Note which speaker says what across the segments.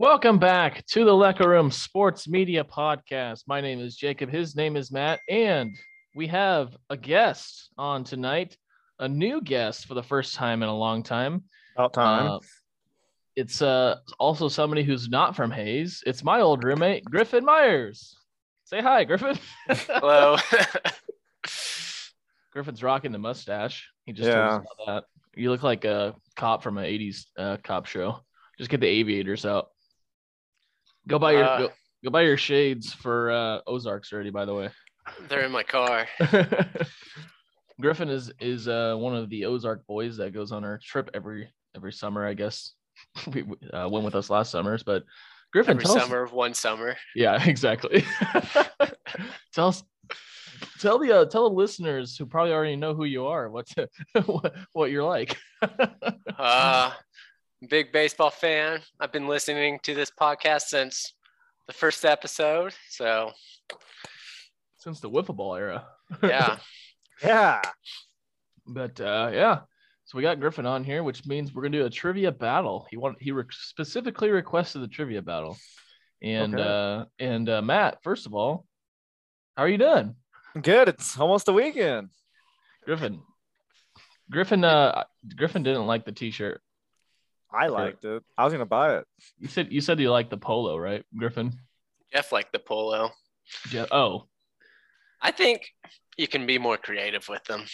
Speaker 1: Welcome back to the Lecker Room Sports Media Podcast. My name is Jacob. His name is Matt. And we have a guest on tonight, a new guest for the first time in a long time.
Speaker 2: About time.
Speaker 1: Uh, it's uh, also somebody who's not from Hayes. It's my old roommate, Griffin Myers. Say hi, Griffin.
Speaker 3: Hello.
Speaker 1: Griffin's rocking the mustache. He just
Speaker 2: Yeah.
Speaker 1: told us about that. You look like a cop from an 80s uh, cop show. Just get the aviators out. Go buy your
Speaker 3: Uh.
Speaker 1: go, go buy your shades for uh, Ozarks already, by the way.
Speaker 3: They're in my car.
Speaker 1: Griffin is is uh, one of the Ozark boys that goes on our trip every every summer, I guess. we we, uh, went with us last summers, but Griffin,
Speaker 3: Every
Speaker 1: tell us-
Speaker 3: summer of one summer.
Speaker 1: yeah, exactly. tell us, tell the uh, tell the listeners who probably already know who you are what what, what you're like.
Speaker 3: Uh, big baseball fan. I've been listening to this podcast since the first episode. So
Speaker 1: since the wiffle ball era.
Speaker 3: yeah,
Speaker 2: yeah.
Speaker 1: But uh, yeah, so we got Griffin on here, which means we're gonna do a trivia battle. He wanted he re- specifically requested the trivia battle, and
Speaker 2: Okay.
Speaker 1: uh, and uh, Matt, first of all, how are you doing,
Speaker 2: Good. It's almost the weekend.
Speaker 1: Griffin? Griffin, uh, Griffin didn't like the T-shirt.
Speaker 2: I liked it. I was gonna buy it.
Speaker 1: You said you said you liked the polo, right, Griffin?
Speaker 3: Jeff liked the polo.
Speaker 1: Yeah. Oh,
Speaker 3: I think you can be more creative with them.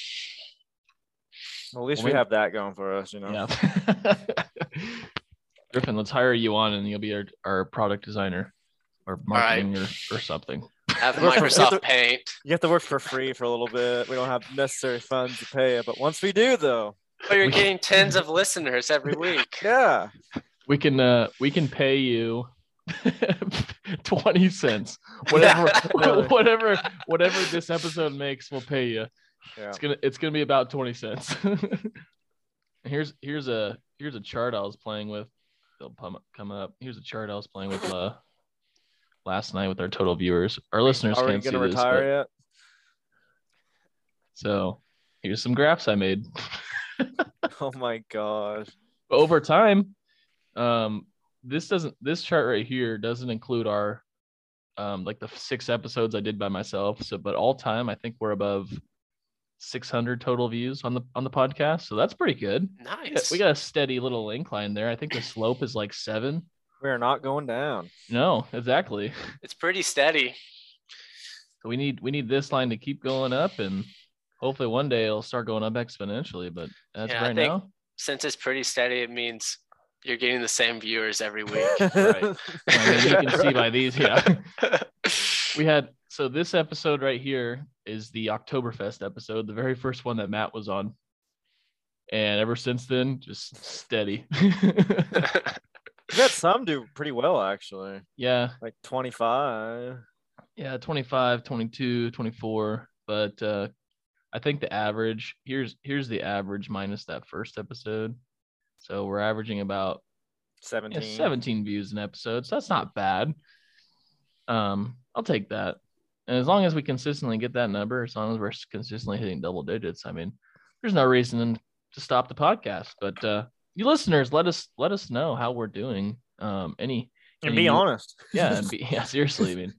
Speaker 2: Well, at least
Speaker 1: Wait.
Speaker 2: we have that going for us, you know.
Speaker 1: yeah. Griffin, let's hire you on, and you'll be our, our product designer, or
Speaker 3: right.
Speaker 1: marketing, or, or something.
Speaker 3: Have
Speaker 2: We're from-
Speaker 3: Microsoft Paint.
Speaker 2: You have to work for free for a little bit. We don't have necessary funds to pay it, but once we do, though,
Speaker 3: Oh, you're
Speaker 1: We-
Speaker 3: getting tens of listeners every week.
Speaker 2: yeah,
Speaker 1: We can uh we can pay you twenty cents. Whatever
Speaker 2: Really?
Speaker 1: whatever whatever this episode makes, we'll pay you.
Speaker 2: yeah.
Speaker 1: It's gonna it's gonna be about twenty cents. here's here's a here's a chart I was playing with. They'll come come up. Here's a chart I was playing with uh last night with our total viewers. Our listeners
Speaker 2: Are we
Speaker 1: can't see
Speaker 2: gonna
Speaker 1: this.
Speaker 2: retire
Speaker 1: but-
Speaker 2: yet?
Speaker 1: so here's some graphs I made.
Speaker 2: Oh my gosh.
Speaker 1: over time um this doesn't this chart right here doesn't include our um like the six episodes i did by myself so but all time i think we're above 600 total views on the on the podcast so that's pretty good Yeah,
Speaker 3: Nice.
Speaker 1: we got a steady little incline there i think the slope is like seven
Speaker 2: We are not going down.
Speaker 1: no exactly
Speaker 3: It's pretty steady.
Speaker 1: so we need we need this line to keep going up and hopefully one day it'll start going up exponentially but that's
Speaker 3: Yeah, I
Speaker 1: right
Speaker 3: think-
Speaker 1: now
Speaker 3: Since it's pretty steady, it means you're getting the same viewers every week.
Speaker 1: Right. I mean, you can see by these yeah we had so this episode right here is the Oktoberfest episode, the very first one that Matt was on. And ever since then, just steady.
Speaker 2: We've had some do pretty well actually.
Speaker 1: yeah.
Speaker 2: Like 25.
Speaker 1: Yeah. 25, 22, 24. But uh I think the average here's here's the average minus that first episode. So we're averaging about
Speaker 2: 17.
Speaker 1: yeah, 17 views an episode. So that's not bad. Um, I'll take that. And as long as we consistently get that number, as long as we're consistently hitting double digits, I mean, there's no reason to stop the podcast. But uh, you listeners, let us let us know how we're doing. Um, any
Speaker 2: And
Speaker 1: any
Speaker 2: be
Speaker 1: new-
Speaker 2: honest.
Speaker 1: yeah, and be, yeah, seriously. I mean,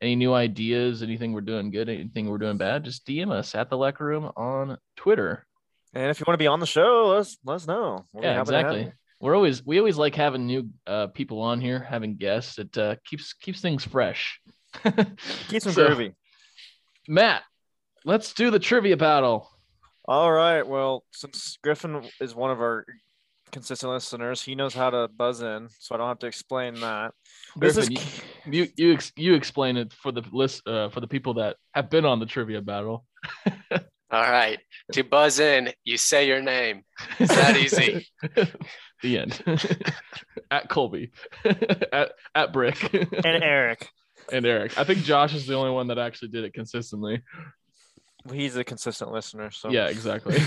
Speaker 1: any new ideas, anything we're doing good, anything we're doing bad, just DM us at the Lecker Room on Twitter.
Speaker 2: And if you want to be on the show, let's let us know. We'll be
Speaker 1: yeah
Speaker 2: happy to have
Speaker 1: exactly
Speaker 2: you.
Speaker 1: we're always we always like having new uh, people on here having guests it uh, keeps keeps things fresh
Speaker 2: Keep some
Speaker 1: So-
Speaker 2: groovy.
Speaker 1: matt let's do the trivia battle
Speaker 2: All right. Well, since Griffin is one of our consistent listeners, he knows how to buzz in, so I don't have to explain that. This
Speaker 1: Griffin,
Speaker 2: is
Speaker 1: you you you, ex- you explain it for the list uh, for the people that have been on the trivia battle
Speaker 3: All right. To buzz in, you say your name. It's that easy.
Speaker 1: the end at colby at, at brick
Speaker 2: and Eric.
Speaker 1: and Eric. I think Josh is the only one that actually did it consistently.
Speaker 2: He's a consistent listener. So
Speaker 1: Yeah, exactly.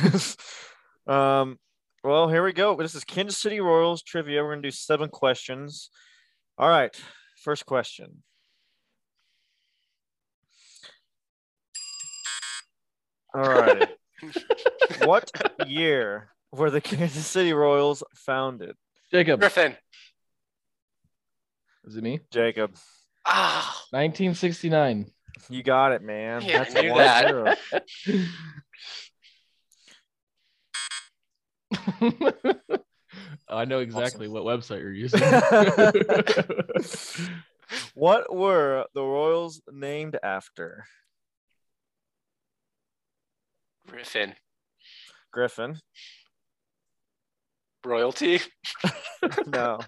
Speaker 2: um, well, here we go. This is Kansas City Royals trivia. We're gonna do seven questions. All right, first question. All right. what year were the Kansas City Royals founded?
Speaker 1: Jacob,
Speaker 3: Griffin.
Speaker 1: is it me?
Speaker 2: Jacob,
Speaker 3: Ah,
Speaker 1: 1969.
Speaker 2: you got it, man.
Speaker 3: Yeah, I
Speaker 2: That's a
Speaker 3: knew
Speaker 2: one
Speaker 3: that.
Speaker 2: zero.
Speaker 1: I know exactly what website you're using.
Speaker 2: What were the Royals named after?
Speaker 3: Griffin.
Speaker 2: Griffin.
Speaker 3: Royalty.
Speaker 2: No.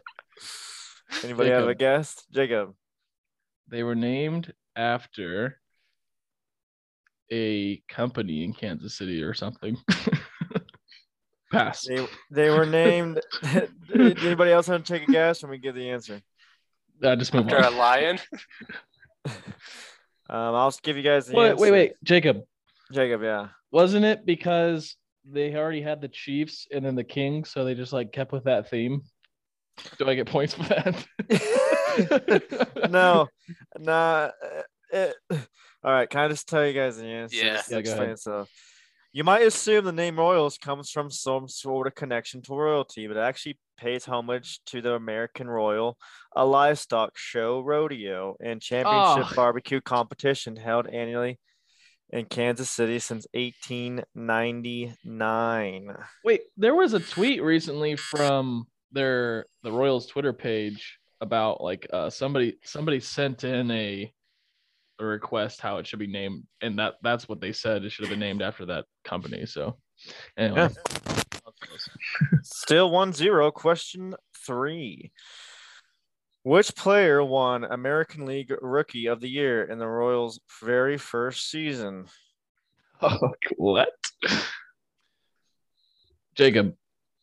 Speaker 2: Anybody have a
Speaker 1: Jacob.
Speaker 2: guess? Jacob.
Speaker 1: they were named after a company in Kansas City or something. Pass.
Speaker 2: They they were named. Anybody else want to take a guess when we give the answer?
Speaker 1: I just move
Speaker 3: After
Speaker 1: on.
Speaker 3: a lion.
Speaker 2: Um, I'll just give you guys the
Speaker 1: Wait,
Speaker 2: answer.
Speaker 1: wait, wait, Jacob.
Speaker 2: Jacob, yeah.
Speaker 1: Wasn't it because they already had the Chiefs and then the Kings, so they just like kept with that theme? Do I get points for that?
Speaker 2: No, nah. uh, it- all right, can I just tell you guys the answer?
Speaker 3: Yeah.
Speaker 2: Just
Speaker 1: Yeah,
Speaker 2: to
Speaker 1: go
Speaker 2: explain
Speaker 1: ahead.
Speaker 2: itself. You might assume the name Royals comes from some sort of connection to royalty, but it actually pays homage to the American Royal, a livestock show, rodeo, and championship
Speaker 1: Oh.
Speaker 2: barbecue competition held annually in Kansas City since 1899.
Speaker 1: Wait, there was a tweet recently from their the Royals Twitter page about like uh somebody somebody sent in a a request how it should be named and that that's what they said it should have been named after that company. So anyway.
Speaker 2: Still 1 0. Question three. Which player won American League Rookie of the Year in the Royals' very first season?
Speaker 1: Oh, what? Jacob,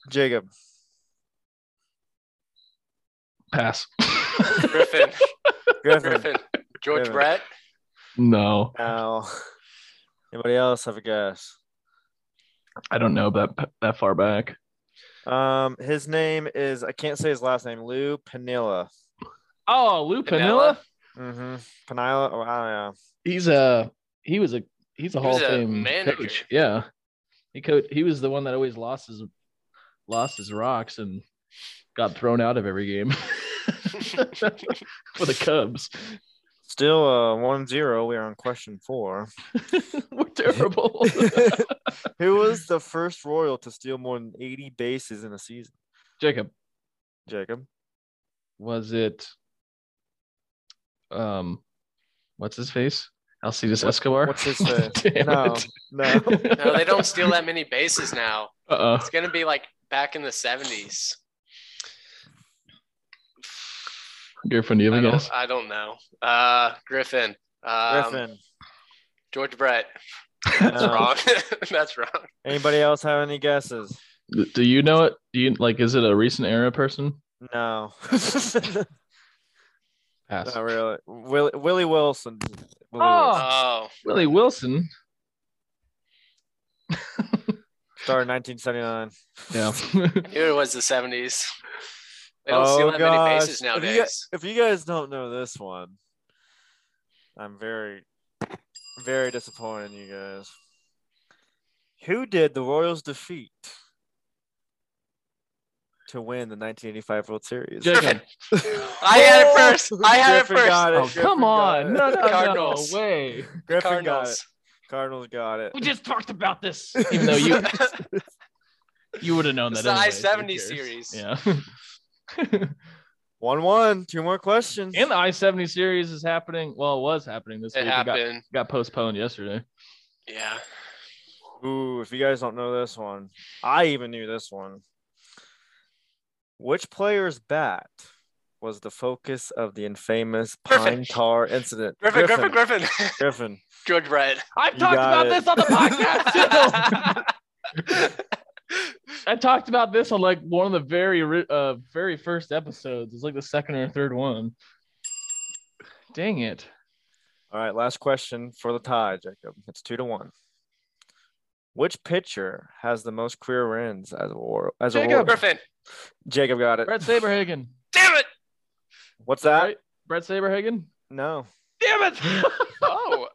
Speaker 2: Jacob.
Speaker 1: pass.
Speaker 3: Griffin.
Speaker 2: Griffin.
Speaker 3: Griffin. George
Speaker 2: Griffin.
Speaker 3: Brett.
Speaker 1: no,
Speaker 2: now, anybody else have a guess?
Speaker 1: I don't know that that far back.
Speaker 2: Um, his name is, I can't say his last name, Lou Pinilla.
Speaker 1: Oh, Lou
Speaker 3: Pinella?
Speaker 1: Pinella.
Speaker 2: Mm-hmm. Pinilla? Oh, I don't know.
Speaker 1: He's a he was a he's a
Speaker 3: He
Speaker 1: Hall
Speaker 3: was
Speaker 1: of
Speaker 3: a
Speaker 1: Fame
Speaker 3: manager.
Speaker 1: coach. Yeah, he coach. He was the one that always lost his lost his rocks and got thrown out of every game for the Cubs.
Speaker 2: Still uh, 1 0. We are on question four.
Speaker 1: We're terrible.
Speaker 2: Who was the first Royal to steal more than 80 bases in a season?
Speaker 1: Jacob,
Speaker 2: Jacob.
Speaker 1: was it um, what's his face? Alcides Escobar.
Speaker 2: what's his face?
Speaker 1: Damn
Speaker 2: No,
Speaker 1: it.
Speaker 2: no.
Speaker 3: uh, No, they don't steal that many bases now.
Speaker 1: Uh-uh.
Speaker 3: It's gonna be like back in the seventies.
Speaker 1: Griffin, do you
Speaker 3: I
Speaker 1: have a
Speaker 3: don't,
Speaker 1: guess?
Speaker 3: I don't know. Uh, Griffin. Um,
Speaker 2: Griffin.
Speaker 3: George Brett. That's
Speaker 2: No.
Speaker 3: wrong. That's wrong.
Speaker 2: Anybody else have any guesses?
Speaker 1: D- Do you know it? Do you like? Is it a recent era person?
Speaker 2: No.
Speaker 1: Pass.
Speaker 3: Uh,
Speaker 2: Not really. Willie, Willie Wilson. Willie
Speaker 1: Oh.
Speaker 2: Wilson.
Speaker 3: Oh,
Speaker 1: Willie Wilson.
Speaker 2: Started in 1979.
Speaker 1: Yeah.
Speaker 3: I knew it was the seventies. They don't steal
Speaker 2: Oh,
Speaker 3: that many
Speaker 2: gosh.
Speaker 3: bases
Speaker 2: If you
Speaker 3: nowadays.
Speaker 2: gu- If you, guys don't know this one, I'm very, very disappointed in you guys. Who did the Royals defeat to win the 1985 World Series?
Speaker 1: Jacob.
Speaker 3: I had it first. I had
Speaker 2: Griffin
Speaker 3: it first.
Speaker 2: got it.
Speaker 1: Oh,
Speaker 2: Griffin
Speaker 1: come
Speaker 2: got
Speaker 1: on.
Speaker 2: it.
Speaker 1: No, no, no,
Speaker 3: Cardinals.
Speaker 1: way.
Speaker 2: Griffin got it.
Speaker 3: Cardinals.
Speaker 2: Cardinals got it.
Speaker 1: just talked about this. Even though you you would have known
Speaker 3: It's
Speaker 1: that.
Speaker 3: the
Speaker 1: anyway.
Speaker 3: I-70
Speaker 1: Who cares?
Speaker 3: series.
Speaker 1: Yeah.
Speaker 2: One one. Two more questions.
Speaker 1: and the I seventy series is happening. Well, it was happening this
Speaker 3: it
Speaker 1: week. It got,
Speaker 3: happened.
Speaker 1: got postponed yesterday.
Speaker 3: Yeah.
Speaker 2: Ooh, if you guys don't know this one, I even knew this one. Which player's bat was the focus of the infamous
Speaker 3: Griffin.
Speaker 2: pine tar incident?
Speaker 3: Griffin, Griffin, Griffin.
Speaker 2: Griffin.
Speaker 3: George Brett.
Speaker 1: I've
Speaker 2: You talked got about it. this
Speaker 1: on the
Speaker 3: Griffin.
Speaker 1: I talked about this on like one of the very ri- uh very first episodes. It's like the second or third one. Dang it.
Speaker 2: All right, last question for the tie, Jacob. It's two to one. Which pitcher has the most career wins as a war as a
Speaker 1: Jacob.
Speaker 2: Warrior?
Speaker 3: Griffin.
Speaker 2: Jacob got it.
Speaker 1: Brett Saberhagen.
Speaker 3: Damn it!
Speaker 2: What's that?
Speaker 1: Right? Brett Saberhagen?
Speaker 2: No.
Speaker 3: Damn it! oh.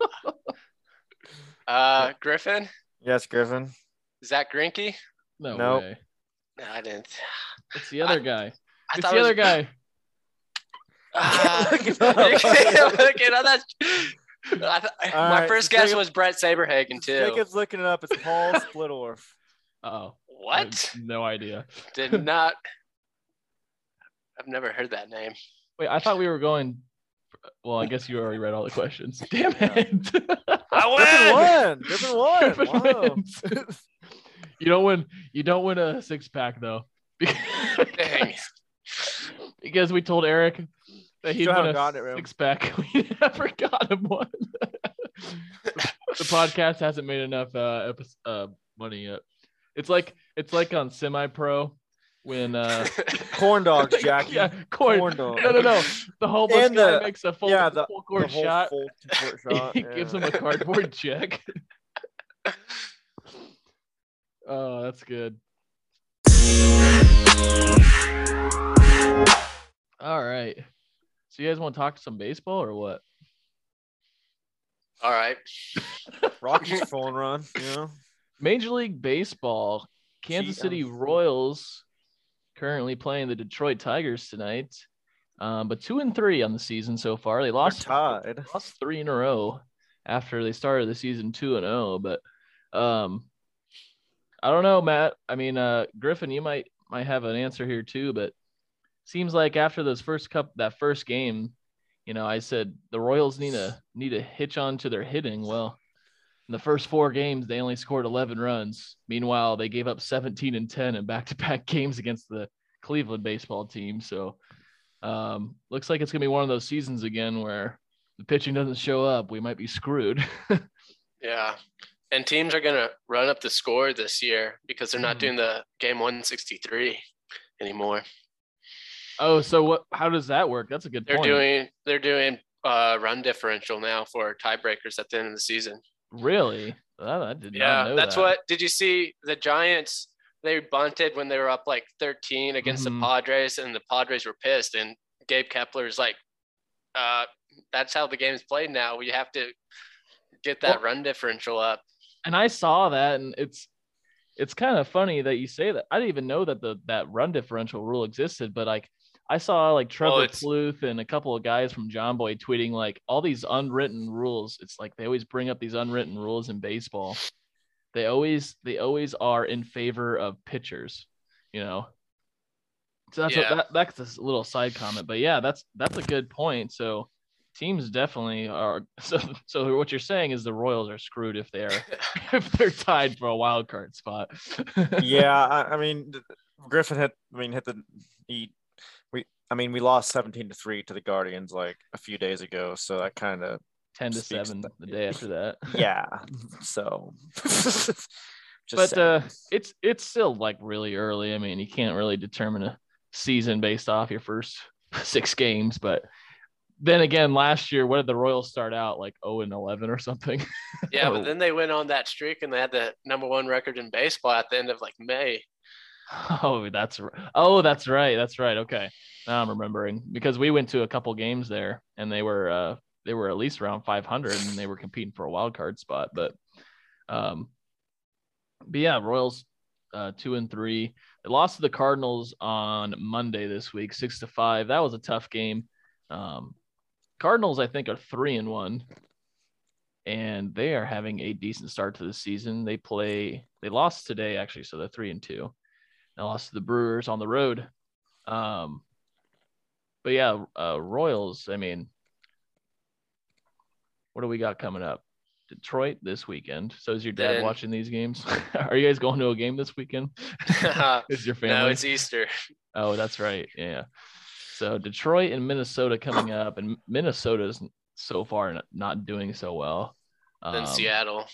Speaker 3: Uh, Griffin.
Speaker 2: Yes, Griffin.
Speaker 3: Zach Greinke.
Speaker 1: No
Speaker 2: Nope.
Speaker 1: way.
Speaker 3: No, I didn't.
Speaker 1: It's the other guy.
Speaker 3: I
Speaker 1: It's
Speaker 3: thought
Speaker 1: the
Speaker 3: it
Speaker 1: other
Speaker 3: was-
Speaker 1: guy.
Speaker 3: Ah.
Speaker 2: Look it
Speaker 3: You
Speaker 2: up.
Speaker 3: can't look it up. That's- I th-
Speaker 2: All
Speaker 3: my
Speaker 2: right,
Speaker 3: first guess
Speaker 2: Jacob-
Speaker 3: was Brett Saberhagen too.
Speaker 2: Jacob's looking it up. It's Paul Splitorf.
Speaker 1: Oh.
Speaker 3: what?
Speaker 1: No idea.
Speaker 3: Did not. I've never heard that name.
Speaker 1: Wait, I thought we were going. Well, I guess you already read all the questions. Damn
Speaker 2: Yeah.
Speaker 1: it.
Speaker 2: Griffin
Speaker 3: I
Speaker 2: won. Griffin won.
Speaker 1: Griffin
Speaker 2: Wow.
Speaker 1: wins. you don't win. You don't win a six pack though,
Speaker 3: win. Dang.
Speaker 1: because we told Eric that he'd
Speaker 2: Still
Speaker 1: win
Speaker 2: haven't
Speaker 1: a
Speaker 2: gotten it, Rim.
Speaker 1: six pack. We never got him one. the podcast hasn't made enough uh, epi- uh money yet. It's like it's like on semi pro when uh
Speaker 2: Corn dogs, Jackie.
Speaker 1: yeah, corn.
Speaker 2: Corn dogs.
Speaker 1: No, no, no. The homeless
Speaker 2: And
Speaker 1: guy
Speaker 2: the-
Speaker 1: makes a full,
Speaker 2: yeah, the-
Speaker 1: full
Speaker 2: The
Speaker 1: court
Speaker 2: whole
Speaker 1: shot.
Speaker 2: full court shot,
Speaker 1: he gives
Speaker 2: yeah.
Speaker 1: him a cardboard check. oh, that's good. All right. So you guys want to talk some baseball or what?
Speaker 3: All right.
Speaker 2: Rockies phone run. You know,
Speaker 1: Major League Baseball, Kansas
Speaker 2: Gee,
Speaker 1: City
Speaker 2: um,
Speaker 1: Royals currently playing the Detroit Tigers tonight. Um, but two and three on the season so far. They
Speaker 2: They're
Speaker 1: lost
Speaker 2: tied.
Speaker 1: lost three in a row after they started the season two and zero. But um, I don't know, Matt. I mean, uh, Griffin, you might might have an answer here too. But seems like after those first cup that first game, you know, I said the Royals need to need to hitch on to their hitting. Well, in the first four games, they only scored eleven runs. Meanwhile, they gave up seventeen and ten in back to back games against the Cleveland baseball team. So. Um, looks like it's gonna be one of those seasons again where the pitching doesn't show up, we might be screwed.
Speaker 3: Yeah. And teams are gonna run up the score this year because they're not
Speaker 1: Mhm.
Speaker 3: doing the game 163 anymore.
Speaker 1: oh, so what? How does that work? That's a good
Speaker 3: They're
Speaker 1: point.
Speaker 3: doing they're doing uh, run differential now for tiebreakers at the end of the season.
Speaker 1: really? Well, I did not
Speaker 3: Yeah,
Speaker 1: know
Speaker 3: that's
Speaker 1: that.
Speaker 3: what. Did you see the Giants? They bunted when they were up like 13 against
Speaker 1: Mhm.
Speaker 3: the Padres, and the Padres were pissed. And Gabe Kepler is like, uh, "That's how the game's played now. We have to get that run differential up."
Speaker 1: And I saw that, and it's it's kind of funny that you say that. I didn't even know that the that run differential rule existed, but like I saw like Trevor
Speaker 3: it's-
Speaker 1: Pluth and a couple of guys from John Boy tweeting like all these unwritten rules. It's like they always bring up these unwritten rules in baseball. They always they always are in favor of pitchers, you know. So that's
Speaker 3: Yeah.
Speaker 1: what, that, that's this little side comment, but yeah, that's that's a good point. So teams definitely are. So so what you're saying is the Royals are screwed if they're if they're tied for a wild card spot.
Speaker 2: yeah, I, I mean, th- Griffin hit. I mean, hit the. He, we. I mean, we lost seventeen to three to the Guardians like a few days ago. So that kind of.
Speaker 1: ten to
Speaker 2: Speaks
Speaker 1: seven
Speaker 2: th-
Speaker 1: the day after that.
Speaker 2: Yeah. So. just
Speaker 1: but
Speaker 2: saying.
Speaker 1: uh, it's it's still like really early. I mean, you can't really determine a season based off your first six games. But then again, last year, what did the Royals start out like zero and eleven or something?
Speaker 3: Yeah,
Speaker 1: Oh.
Speaker 3: but then they went on that streak and they had the number one record in baseball at the end of like May.
Speaker 1: oh, that's r- oh, that's right, that's right. Okay, now I'm remembering because we went to a couple games there, and they were uh, they were at least around 500, and they were competing for a wild card spot. But um, but yeah, Royals uh, two and three. They lost to the Cardinals on Monday this week, six to five. That was a tough game. Um, Cardinals, I think, are three and one, and they are having a decent start to the season. They play. They lost today, actually, so they're three and two. They lost to the Brewers on the road. Um, but yeah, uh, Royals. I mean, what do we got coming up? Detroit this weekend. So is your dad
Speaker 3: Then-
Speaker 1: watching these games? are you guys going to a game this weekend?
Speaker 3: no,
Speaker 1: Is your family?
Speaker 3: it's Easter.
Speaker 1: Oh, that's right. Yeah. So Detroit and Minnesota coming up, and Minnesota's so far n- not doing so well. Um,
Speaker 3: Then Seattle.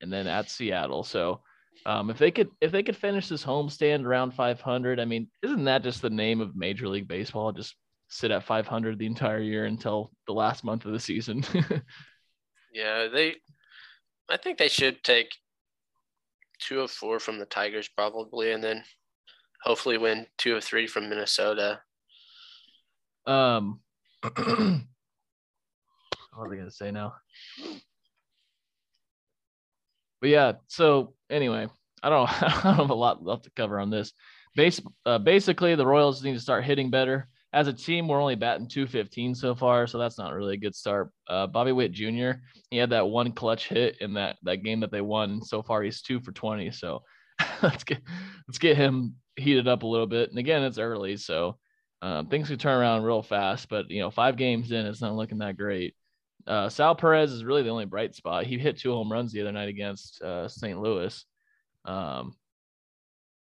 Speaker 1: and then at Seattle. So um, if they could if they could finish this homestand around 500, I mean, isn't that just the name of Major League Baseball? Just sit at 500 the entire year until the last month of the season.
Speaker 3: Yeah, they. I think they should take two of four from the Tigers probably, and then hopefully win two of three from Minnesota.
Speaker 1: um, what was I gonna say now? But yeah, so anyway, I don't I don't have a lot left to cover on this. Base, uh, basically, the Royals need to start hitting better. As a team, we're only batting 215 so far, so that's not really a good start. Uh, Bobby Witt Jr. He had that one clutch hit in that that game that they won. So far, he's two for 20. So let's get let's get him heated up a little bit. And again, it's early, so um, things could turn around real fast. But you know, five games in, it's not looking that great. Uh, Sal Perez is really the only bright spot. He hit two home runs the other night against uh, St. Louis, um,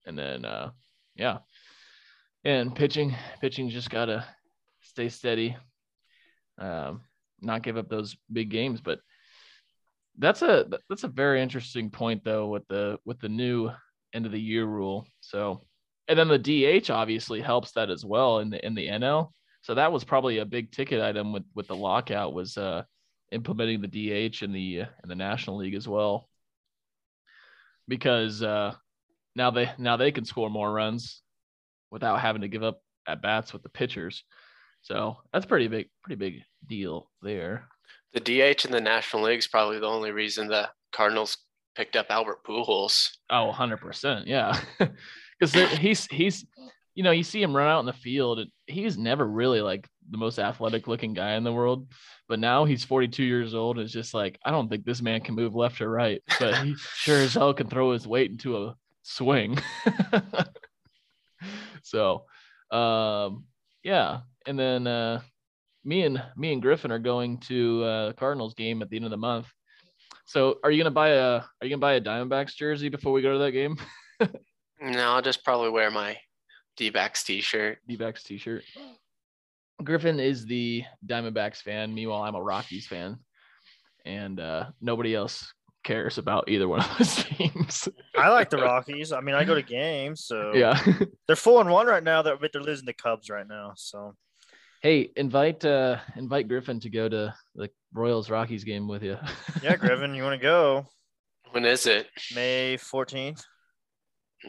Speaker 1: and then uh, yeah, and pitching pitching just gotta stay steady, um, not give up those big games. But that's a that's a very interesting point though with the with the new end of the year rule. So and then the DH obviously helps that as well in the in the NL. So that was probably a big ticket item with with the lockout was uh, implementing the DH in the in the National League as well, because uh, now they now they can score more runs without having to give up at bats with the pitchers. So that's pretty big, pretty big deal there.
Speaker 3: The DH in the National League is probably the only reason the Cardinals picked up Albert Pujols.
Speaker 1: Oh, 100%. Yeah. Because he's, he's, you know, you see him run out in the field, and he's never really like the most athletic looking guy in the world. But now he's 42 years old. And it's just like, I don't think this man can move left or right, but he sure as hell can throw his weight into a swing. so, um, yeah. And then, uh, me and me and Griffin are going to uh, Cardinals game at the end of the month. So, are you gonna buy a are you gonna buy a Diamondbacks jersey before we go to that game?
Speaker 3: No, I'll just probably wear my D backs t shirt.
Speaker 1: D-backs t-shirt. Griffin is the Diamondbacks fan. Meanwhile, I'm a Rockies fan, and uh, nobody else cares about either one of those teams.
Speaker 2: I like the Rockies. I mean, I go to games, so
Speaker 1: yeah.
Speaker 2: they're four and one right now. They're, but they're losing the Cubs right now. So
Speaker 1: Hey, invite uh, invite Griffin to go to the Royals Rockies game with you.
Speaker 2: yeah, Griffin, you want to go
Speaker 3: When is it?
Speaker 2: May fourteenth?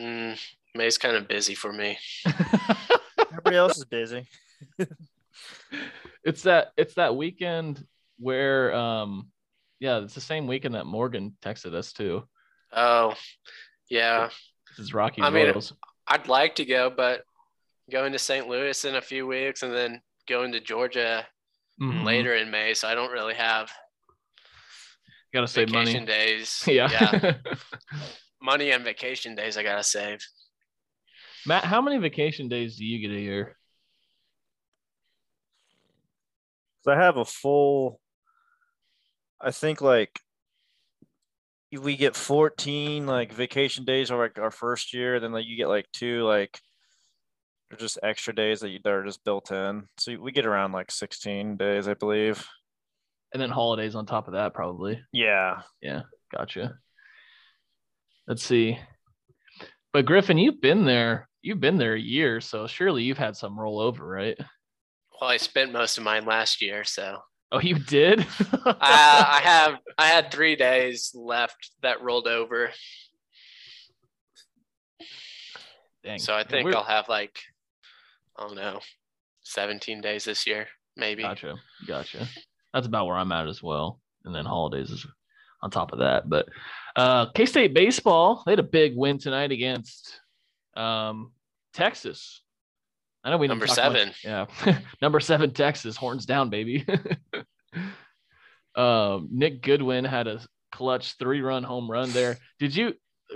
Speaker 3: Mm, May's kind of busy for me.
Speaker 2: Everybody else is busy.
Speaker 1: it's that it's that weekend where um yeah it's the same weekend that morgan texted us too
Speaker 3: Oh, yeah.
Speaker 1: this is rocky
Speaker 3: I mean,
Speaker 1: royals
Speaker 3: I'd like to go, but going to St. Louis in a few weeks and then going to Georgia
Speaker 1: Mhm.
Speaker 3: later in May, so I don't really have
Speaker 1: gotta save
Speaker 3: vacation
Speaker 1: money
Speaker 3: days.
Speaker 1: yeah,
Speaker 3: money and vacation days I gotta save.
Speaker 1: matt how many vacation days do you get a year
Speaker 2: So I have a full. I think like we get 14 like vacation days or like our first year, then like you get like two like they're just extra days that you that are just built in. So we get around like 16 days, I believe.
Speaker 1: and then holidays on top of that probably
Speaker 2: Yeah.
Speaker 1: gotcha let's see but griffin you've been there you've been there a year so surely you've had some rollover right
Speaker 3: Well, I spent most of mine last year, so
Speaker 1: oh you did
Speaker 3: I, I have I had three days left that rolled over,
Speaker 1: Dang.
Speaker 3: so I
Speaker 1: And
Speaker 3: think
Speaker 1: we're-
Speaker 3: I'll have like I don't know, seventeen days this year, maybe.
Speaker 1: Gotcha. Gotcha. That's about where I'm at as well. And then holidays is on top of that. But uh K State baseball, they had a big win tonight against um Texas. I know we didn't
Speaker 3: Number
Speaker 1: talk
Speaker 3: seven.
Speaker 1: much- Yeah. Number seven, Texas. Horns down, baby. um Nick Goodwin had a clutch three run home run there. Did you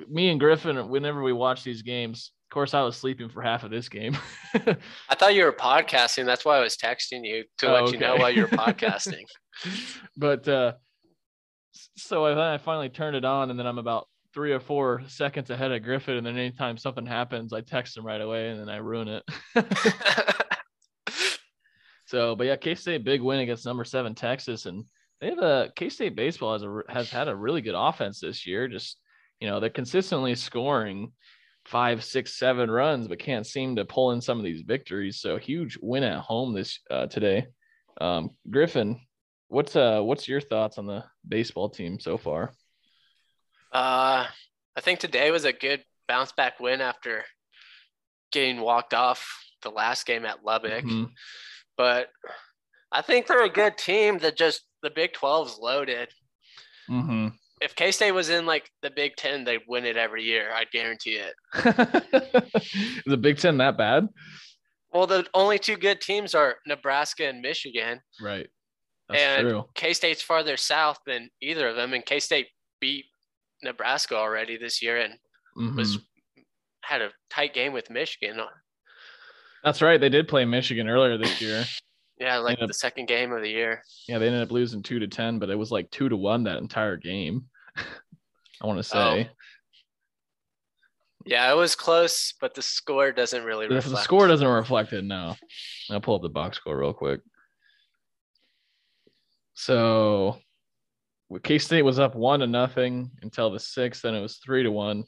Speaker 1: me and Griffin, whenever we watch these games, of course I was sleeping for half of this game.
Speaker 3: I thought you were podcasting. That's why I was texting you to
Speaker 1: Oh,
Speaker 3: let you know
Speaker 1: okay.
Speaker 3: while you were podcasting.
Speaker 1: but uh s- so I, then I finally turned it on and then I'm about three or four seconds ahead of Griffin and then anytime something happens I text him right away and then I ruin it. so but yeah K State big win against number seven Texas and they have a K State baseball has a re- has had a really good offense this year. Just you know they're consistently scoring five, six, seven runs, but can't seem to pull in some of these victories. So huge win at home this uh, today. Um, Griffin, what's uh what's your thoughts on the baseball team so far?
Speaker 3: Uh, I think today was a good bounce back win after getting walked off the last game at Lubbock.
Speaker 1: Mhm.
Speaker 3: But I think they're a good team that just the Big 12's loaded.
Speaker 1: Mhm.
Speaker 3: If K State was in like the Big 10, they'd win it every year. I guarantee it.
Speaker 1: the Big Ten that bad?
Speaker 3: Well, the only two good teams are Nebraska and Michigan.
Speaker 1: Right. That's
Speaker 3: And-
Speaker 1: true.
Speaker 3: K State's farther south than either of them, and K State beat Nebraska already this year and
Speaker 1: Mhm.
Speaker 3: was had a tight game with Michigan.
Speaker 1: That's right. They did play Michigan earlier this year.
Speaker 3: Yeah, like
Speaker 1: Yeah.
Speaker 3: the second game of the year.
Speaker 1: Yeah, they ended up losing two to ten, but it was like two to one that entire game. I want to
Speaker 3: Oh,
Speaker 1: say
Speaker 3: Yeah, it was close, but the score doesn't really
Speaker 1: the,
Speaker 3: reflect.
Speaker 1: the score doesn't reflect it. No, I'll pull up the box score real quick. So, K State was up one to nothing until the sixth. Then it was three to one.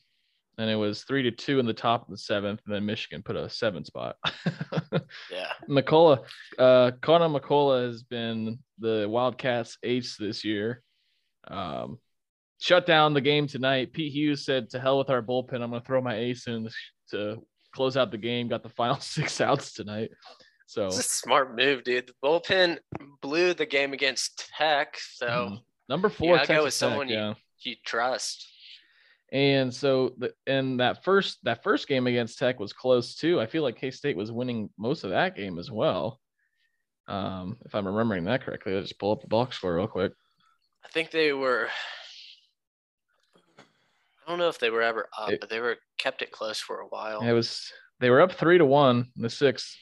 Speaker 1: Then it was three to two in the top of the seventh, and then Michigan put a seven spot.
Speaker 3: Yeah.
Speaker 1: McCullough, uh, Connor McCullough has been the Wildcats ace this year. Um, shut down the game tonight. Pete Hughes said, "To hell with our bullpen. I'm going to throw my ace in to close out the game." Got the final six outs tonight. So
Speaker 3: It's a smart move, dude. The bullpen blew the game against Tech, so
Speaker 1: mhm. number four,
Speaker 3: Yeah, I'll go
Speaker 1: Texas
Speaker 3: with
Speaker 1: Tech,
Speaker 3: someone you-
Speaker 1: yeah.
Speaker 3: you trust.
Speaker 1: And so the and that first that first game against Tech was close too. I feel like K State was winning most of that game as well. Um, if I'm remembering that correctly, I'll just pull up the box score real quick.
Speaker 3: I think they were. I don't know if they were ever up,
Speaker 1: It-
Speaker 3: but they were kept it close for a while.
Speaker 1: It was they were up three to one in the sixth,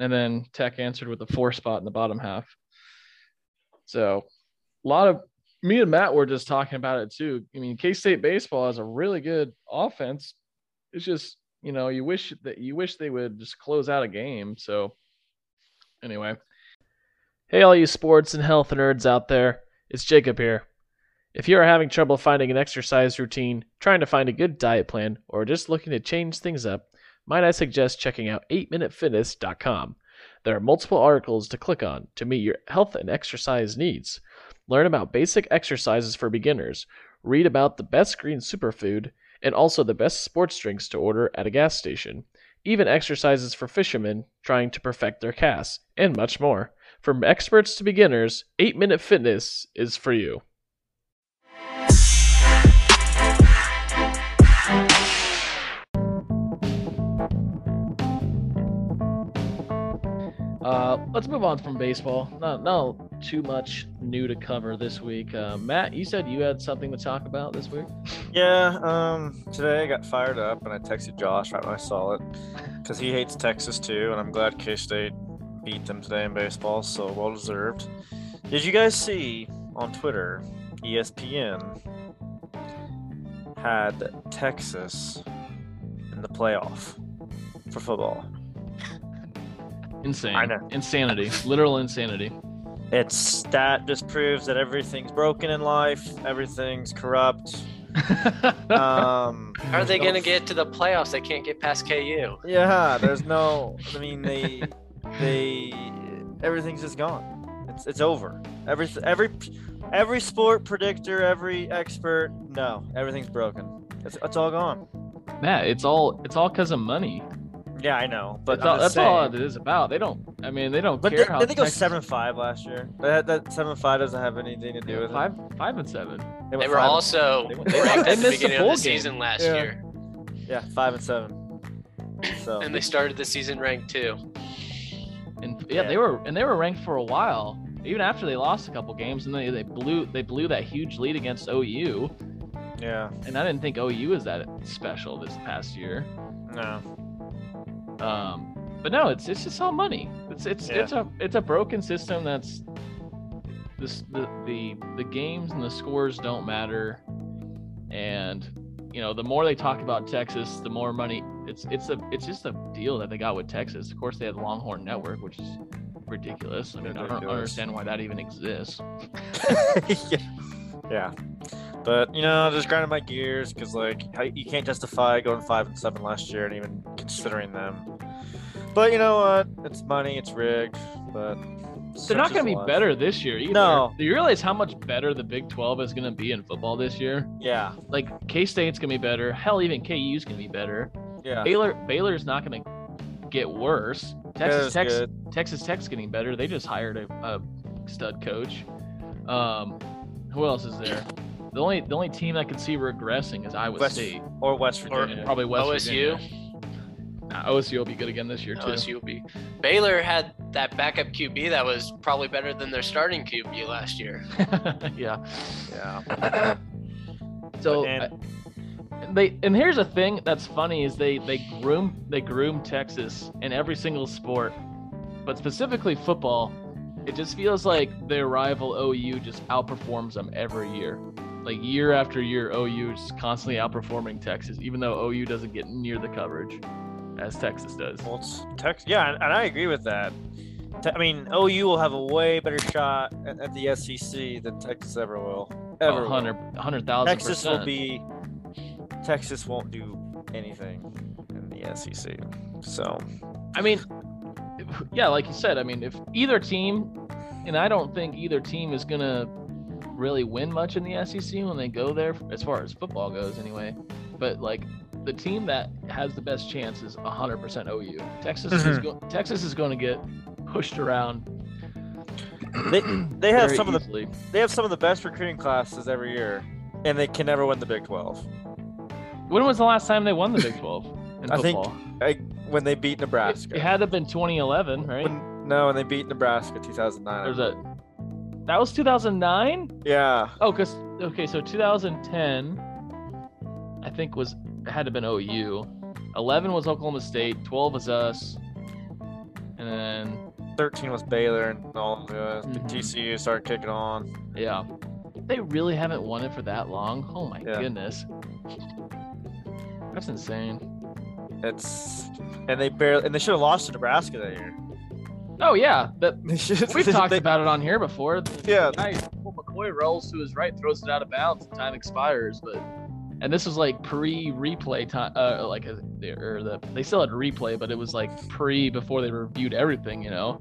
Speaker 1: and then Tech answered with a four spot in the bottom half. So a lot of me and Matt were just talking about it too. I mean, K State baseball has a really good offense. It's just you know you wish that you wish they would just close out a game. So anyway, hey, all you sports and health nerds out there, it's Jacob here. If you are having trouble finding an exercise routine, trying to find a good diet plan, or just looking to change things up, might I suggest checking out 8minutefitness.com. There are multiple articles to click on to meet your health and exercise needs. Learn about basic exercises for beginners, read about the best green superfood, and also the best sports drinks to order at a gas station, even exercises for fishermen trying to perfect their casts, and much more. From experts to beginners, 8 Minute Fitness is for you. Uh, let's move on from baseball. Not, not too much new to cover this week. Uh, Matt, you said you had something to talk about this week.
Speaker 2: Yeah, um, today I got fired up and I texted Josh right when I saw it because he hates Texas too, and I'm glad K State beat them today in baseball, so well deserved. Did you guys see on Twitter E ESPN had Texas in the playoff for football?
Speaker 1: Insane.
Speaker 2: I know.
Speaker 1: Insanity. Literal insanity.
Speaker 2: It's that just proves that everything's broken in life, everything's corrupt. Um,
Speaker 3: How are they
Speaker 2: don't
Speaker 3: going to get to the playoffs? They can't get past KU.
Speaker 2: Yeah, there's no. I mean, they, they, everything's just gone. It's it's over. Every every every sport predictor, every expert. No, everything's broken. It's, it's all gone.
Speaker 1: Matt, it's all it's all because of money.
Speaker 2: Yeah, I know, but
Speaker 1: That's
Speaker 2: I'm
Speaker 1: all, that's
Speaker 2: just
Speaker 1: all
Speaker 2: saying.
Speaker 1: it is about. They don't. I mean, they don't
Speaker 2: But
Speaker 1: care
Speaker 2: they,
Speaker 1: how.
Speaker 2: did they go
Speaker 1: Texas-
Speaker 2: seven five last year? That that seven five doesn't have anything to do with
Speaker 1: Five, five and seven.
Speaker 2: It.
Speaker 3: They
Speaker 2: went
Speaker 3: were
Speaker 2: five-
Speaker 3: also
Speaker 2: they went- they
Speaker 3: ranked at
Speaker 1: missed the
Speaker 3: the beginning
Speaker 1: bowl
Speaker 3: of
Speaker 1: game.
Speaker 3: the season last
Speaker 2: Yeah.
Speaker 3: year,
Speaker 2: yeah five and seven. So
Speaker 3: and they started the season ranked too.
Speaker 1: And yeah,
Speaker 2: Yeah.
Speaker 1: they were and they were ranked for a while, even after they lost a couple games, and they, they blew they blew that huge lead against OU.
Speaker 2: yeah,
Speaker 1: And I didn't think OU was that special this past year.
Speaker 2: no,
Speaker 1: Um, but no, it's it's just all money. It's it's
Speaker 2: Yeah.
Speaker 1: it's a it's a broken system that's this the, the the games and the scores don't matter, and you know the more they talk about Texas, the more money. It's it's a it's just a deal that they got with Texas. Of course, they had the Longhorn Network, which is ridiculous. I mean, I don't
Speaker 2: Ridiculous.
Speaker 1: understand why that even exists.
Speaker 2: yeah, yeah. But you know, just grinding my gears because like I- you can't justify going five and seven last year and even considering them. But you know what? It's money. It's rigged. But
Speaker 1: They're not going to be better this year either.
Speaker 2: No.
Speaker 1: Do you realize how much better the Big 12 is going to be in football this year?
Speaker 2: Yeah.
Speaker 1: Like K State's going to be better. Hell, even KU's going to be better.
Speaker 2: Yeah.
Speaker 1: Baylor Baylor's not going to get worse. Texas
Speaker 2: Baylor's
Speaker 1: Tech's
Speaker 2: good.
Speaker 1: Texas Tech's getting better. They just hired a, a stud coach. Um, who else is there? The only the only team I could see regressing is Iowa
Speaker 2: West-
Speaker 1: State.
Speaker 2: or West
Speaker 3: Or-
Speaker 2: Virginia.
Speaker 1: Probably West
Speaker 3: OSU?
Speaker 1: Virginia. Nah, OSU will be good again this year too.
Speaker 3: LSU will be. Baylor had that backup QB that was probably better than their starting QB last year.
Speaker 1: yeah.
Speaker 2: yeah.
Speaker 1: So
Speaker 2: And-
Speaker 1: I- they and here's the thing that's funny is they they groom they groom Texas in every single sport, but specifically football. It just feels like their rival OU just outperforms them every year. Like year after year, OU is constantly outperforming Texas, even though OU doesn't get near the coverage as Texas does.
Speaker 2: Well, it's Tex- yeah, and, and I agree with that. Te- I mean, OU will have a way better shot at, at the SEC than Texas ever will. Ever. will.
Speaker 1: 100 100,000
Speaker 2: Texas will
Speaker 1: percent.
Speaker 2: be. Texas won't do anything in the SEC. So
Speaker 1: I mean, yeah, like you said, I mean, if either team, and I don't think either team is going to really win much in the SEC when they go there, as far as football goes, anyway. But like the team that has the best chance is 100% OU. Texas is
Speaker 2: Mhm.
Speaker 1: go- Texas is going to get pushed around.
Speaker 2: they they have some of the
Speaker 1: easily.
Speaker 2: they have some of the best recruiting classes every year, and they can never win the Big Twelve.
Speaker 1: When was the last time they won the Big 12 in
Speaker 2: I think
Speaker 1: football?
Speaker 2: I, when they beat
Speaker 1: it,
Speaker 2: Nebraska.
Speaker 1: it had to have been 2011, right?
Speaker 2: when, no, when they beat Nebraska 2009.
Speaker 1: There's a that was 2009.
Speaker 2: yeah.
Speaker 1: Oh, cause okay, so 2010, I think was had to been OU. 11 was Oklahoma State. 12 was us. And then
Speaker 2: 13 was Baylor and all of the, the
Speaker 1: Mhm.
Speaker 2: TCU started kicking on.
Speaker 1: yeah, they really haven't won it for that long. Oh my
Speaker 2: Yeah.
Speaker 1: goodness, that's insane.
Speaker 2: It's and they barely and they should have lost to Nebraska that year.
Speaker 1: Oh yeah, that
Speaker 2: They should,
Speaker 1: we've talked
Speaker 2: they-
Speaker 1: about it on here before. The
Speaker 2: Yeah.
Speaker 1: guy, Cole McCoy rolls to his right, throws it out of bounds, and time expires. But and this was like pre replay time, uh, like a, or the they still had replay, but it was like pre before they reviewed everything, you know.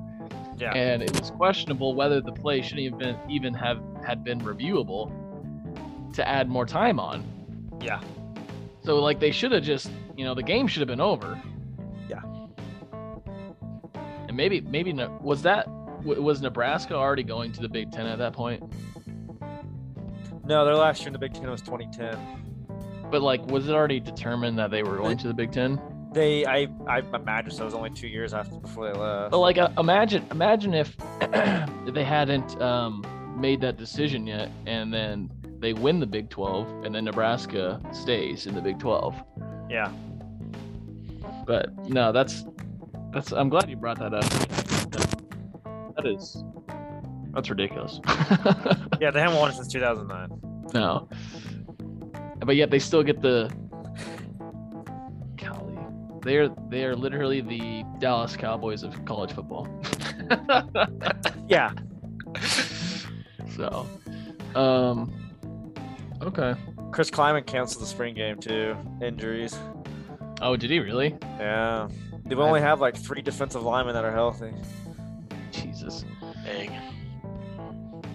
Speaker 2: Yeah.
Speaker 1: And it was questionable whether the play should even even have had been reviewable to add more time on.
Speaker 2: Yeah.
Speaker 1: So like they should have just you know the game should have been over.
Speaker 2: Yeah.
Speaker 1: And maybe maybe Ne- was that w- was Nebraska already going to the Big Ten at that point?
Speaker 2: No, their last year in the Big Ten was 2010.
Speaker 1: But like was it already determined that they were going to the Big Ten?
Speaker 2: They, I, I imagine so. It was only two years after before they left.
Speaker 1: But like uh, imagine imagine if they hadn't um, made that decision yet, and then they win the Big Twelve, and then Nebraska stays in the Big Twelve.
Speaker 2: Yeah.
Speaker 1: But no, that's that's. I'm glad you brought that up. That is that's ridiculous.
Speaker 2: Yeah, they haven't won it since 2009.
Speaker 1: no, but yet they still get the. Golly, they're they are literally the Dallas Cowboys of college football.
Speaker 2: Yeah.
Speaker 1: So, um, okay.
Speaker 2: Chris Kleiman canceled the spring game too. Injuries.
Speaker 1: Oh, did he really?
Speaker 2: Yeah. They only have like three defensive linemen that are healthy.
Speaker 1: Jesus.
Speaker 3: Dang.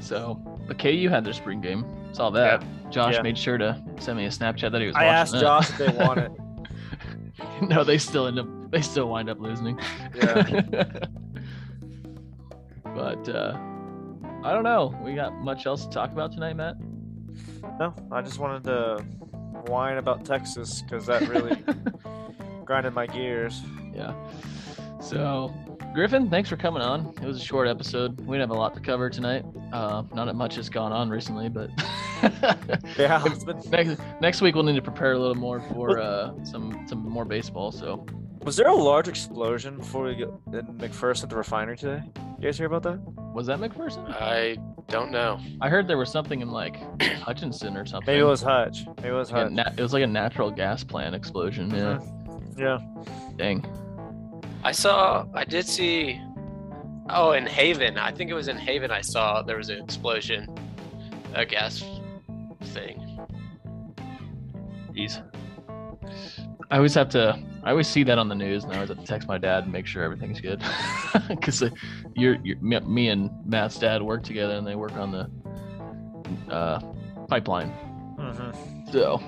Speaker 1: So, but KU had their spring game. Saw that. Josh
Speaker 2: Yeah.
Speaker 1: made sure to send me a Snapchat that he was.
Speaker 2: I
Speaker 1: watching
Speaker 2: asked
Speaker 1: that.
Speaker 2: Josh if they won it.
Speaker 1: no, they still end up. They still wind up losing.
Speaker 2: Yeah.
Speaker 1: but uh, I don't know. We got much else to talk about tonight, Matt.
Speaker 2: No, I just wanted to whine about Texas because that really grinded my gears.
Speaker 1: Yeah. So, Griffin, thanks for coming on. It was a short episode. We didn't have a lot to cover tonight. Uh, not that much has gone on recently, but
Speaker 2: Yeah, it's been-
Speaker 1: next next week we'll need to prepare a little more for uh, some some more baseball. So,
Speaker 2: was there a large explosion before we get in McPherson at the refinery today? You guys hear about that?
Speaker 1: was that McPherson?
Speaker 3: I don't know.
Speaker 1: I heard there was something in like Hutchinson or something.
Speaker 2: Maybe it was Hutch. Maybe it was
Speaker 1: Like a
Speaker 2: Hutch. Mm-hmm.
Speaker 1: na- it was like a natural gas plant explosion. Yeah.
Speaker 2: Yeah.
Speaker 1: Dang.
Speaker 3: I saw, I did see, oh, in Haven. I think it was in Haven I saw there was an explosion, a gas thing.
Speaker 1: Jeez. I always have to. I always see that on the news, and I always have to text my dad and make sure everything's good, because you're, you're me- me and Matt's dad work together, and they work on the uh, pipeline.
Speaker 2: Mhm.
Speaker 1: So,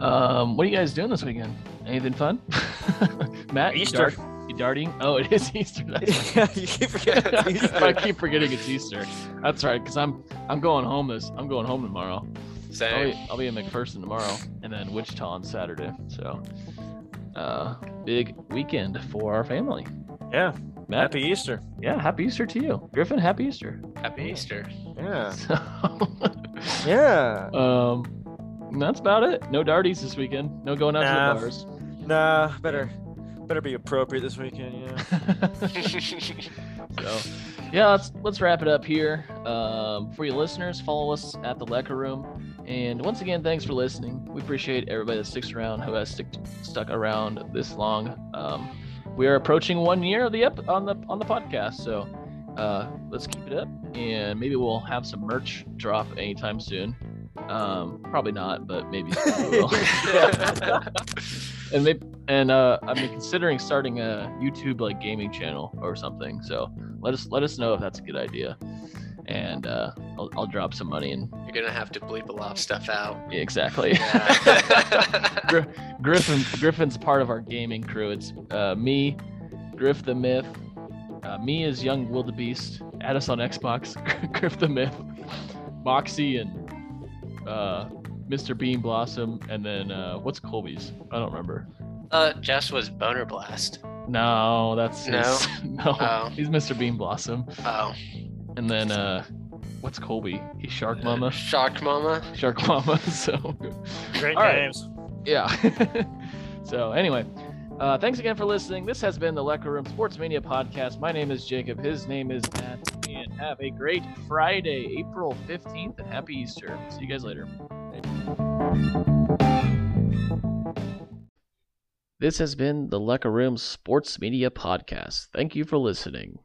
Speaker 1: um, what are you guys doing this weekend? Anything fun? Matt, you
Speaker 2: Easter.
Speaker 1: dart- you darting? Oh, it is Easter. That's
Speaker 2: yeah, you keep forgetting. it's Easter.
Speaker 1: I keep forgetting it's Easter. That's right, because I'm I'm going home this I'm going home tomorrow. I'll
Speaker 3: Same.
Speaker 1: be, I'll be in McPherson tomorrow, and then Wichita on Saturday. So, uh, big weekend for our family.
Speaker 2: yeah,
Speaker 1: Matt,
Speaker 2: happy Easter.
Speaker 1: yeah, happy Easter to you, Griffin. Happy Easter.
Speaker 3: Happy Easter.
Speaker 2: Yeah,
Speaker 1: So,
Speaker 2: yeah.
Speaker 1: um, that's about it. No darties this weekend. No going out to
Speaker 2: Nah.
Speaker 1: the bars.
Speaker 2: Nah, better, better be appropriate this weekend. Yeah.
Speaker 1: so yeah let's let's wrap it up here um, for you listeners follow us at the lecker room and once again thanks for listening we appreciate everybody that sticks around who has stick, stuck around this long um, we are approaching one year of the ep- on the on the podcast so uh, let's keep it up and maybe we'll have some merch drop anytime soon um, probably not but maybe we will and maybe and uh i've been considering starting a youtube like gaming channel or something so let us let us know if that's a good idea and uh i'll, I'll drop some money in
Speaker 3: You're gonna have to bleep a lot of stuff out.
Speaker 1: Yeah, exactly
Speaker 3: Yeah.
Speaker 1: griffin griffin's part of our gaming crew it's uh me griff the myth uh, me is young wildebeest add us on xbox griff the myth moxie and uh mr bean blossom and then uh what's colby's i don't remember
Speaker 3: uh, Jess was boner blast.
Speaker 1: No, that's
Speaker 3: No?
Speaker 1: his- no.
Speaker 3: Oh.
Speaker 1: He's Mr. Bean Blossom,
Speaker 3: Oh,
Speaker 1: and then uh, what's Colby? He's Shark Mama.
Speaker 3: Shark Mama.
Speaker 1: Shark Mama. So
Speaker 2: Great
Speaker 1: All right.
Speaker 2: names.
Speaker 1: yeah. so anyway, uh, thanks again for listening. This has been the Lecker Room Sports Mania podcast. My name is Jacob. His name is Matt. And have a great Friday, April fifteenth, and happy Easter. See you guys later. This has been the Lecker Room Sports Media Podcast. Thank you for listening.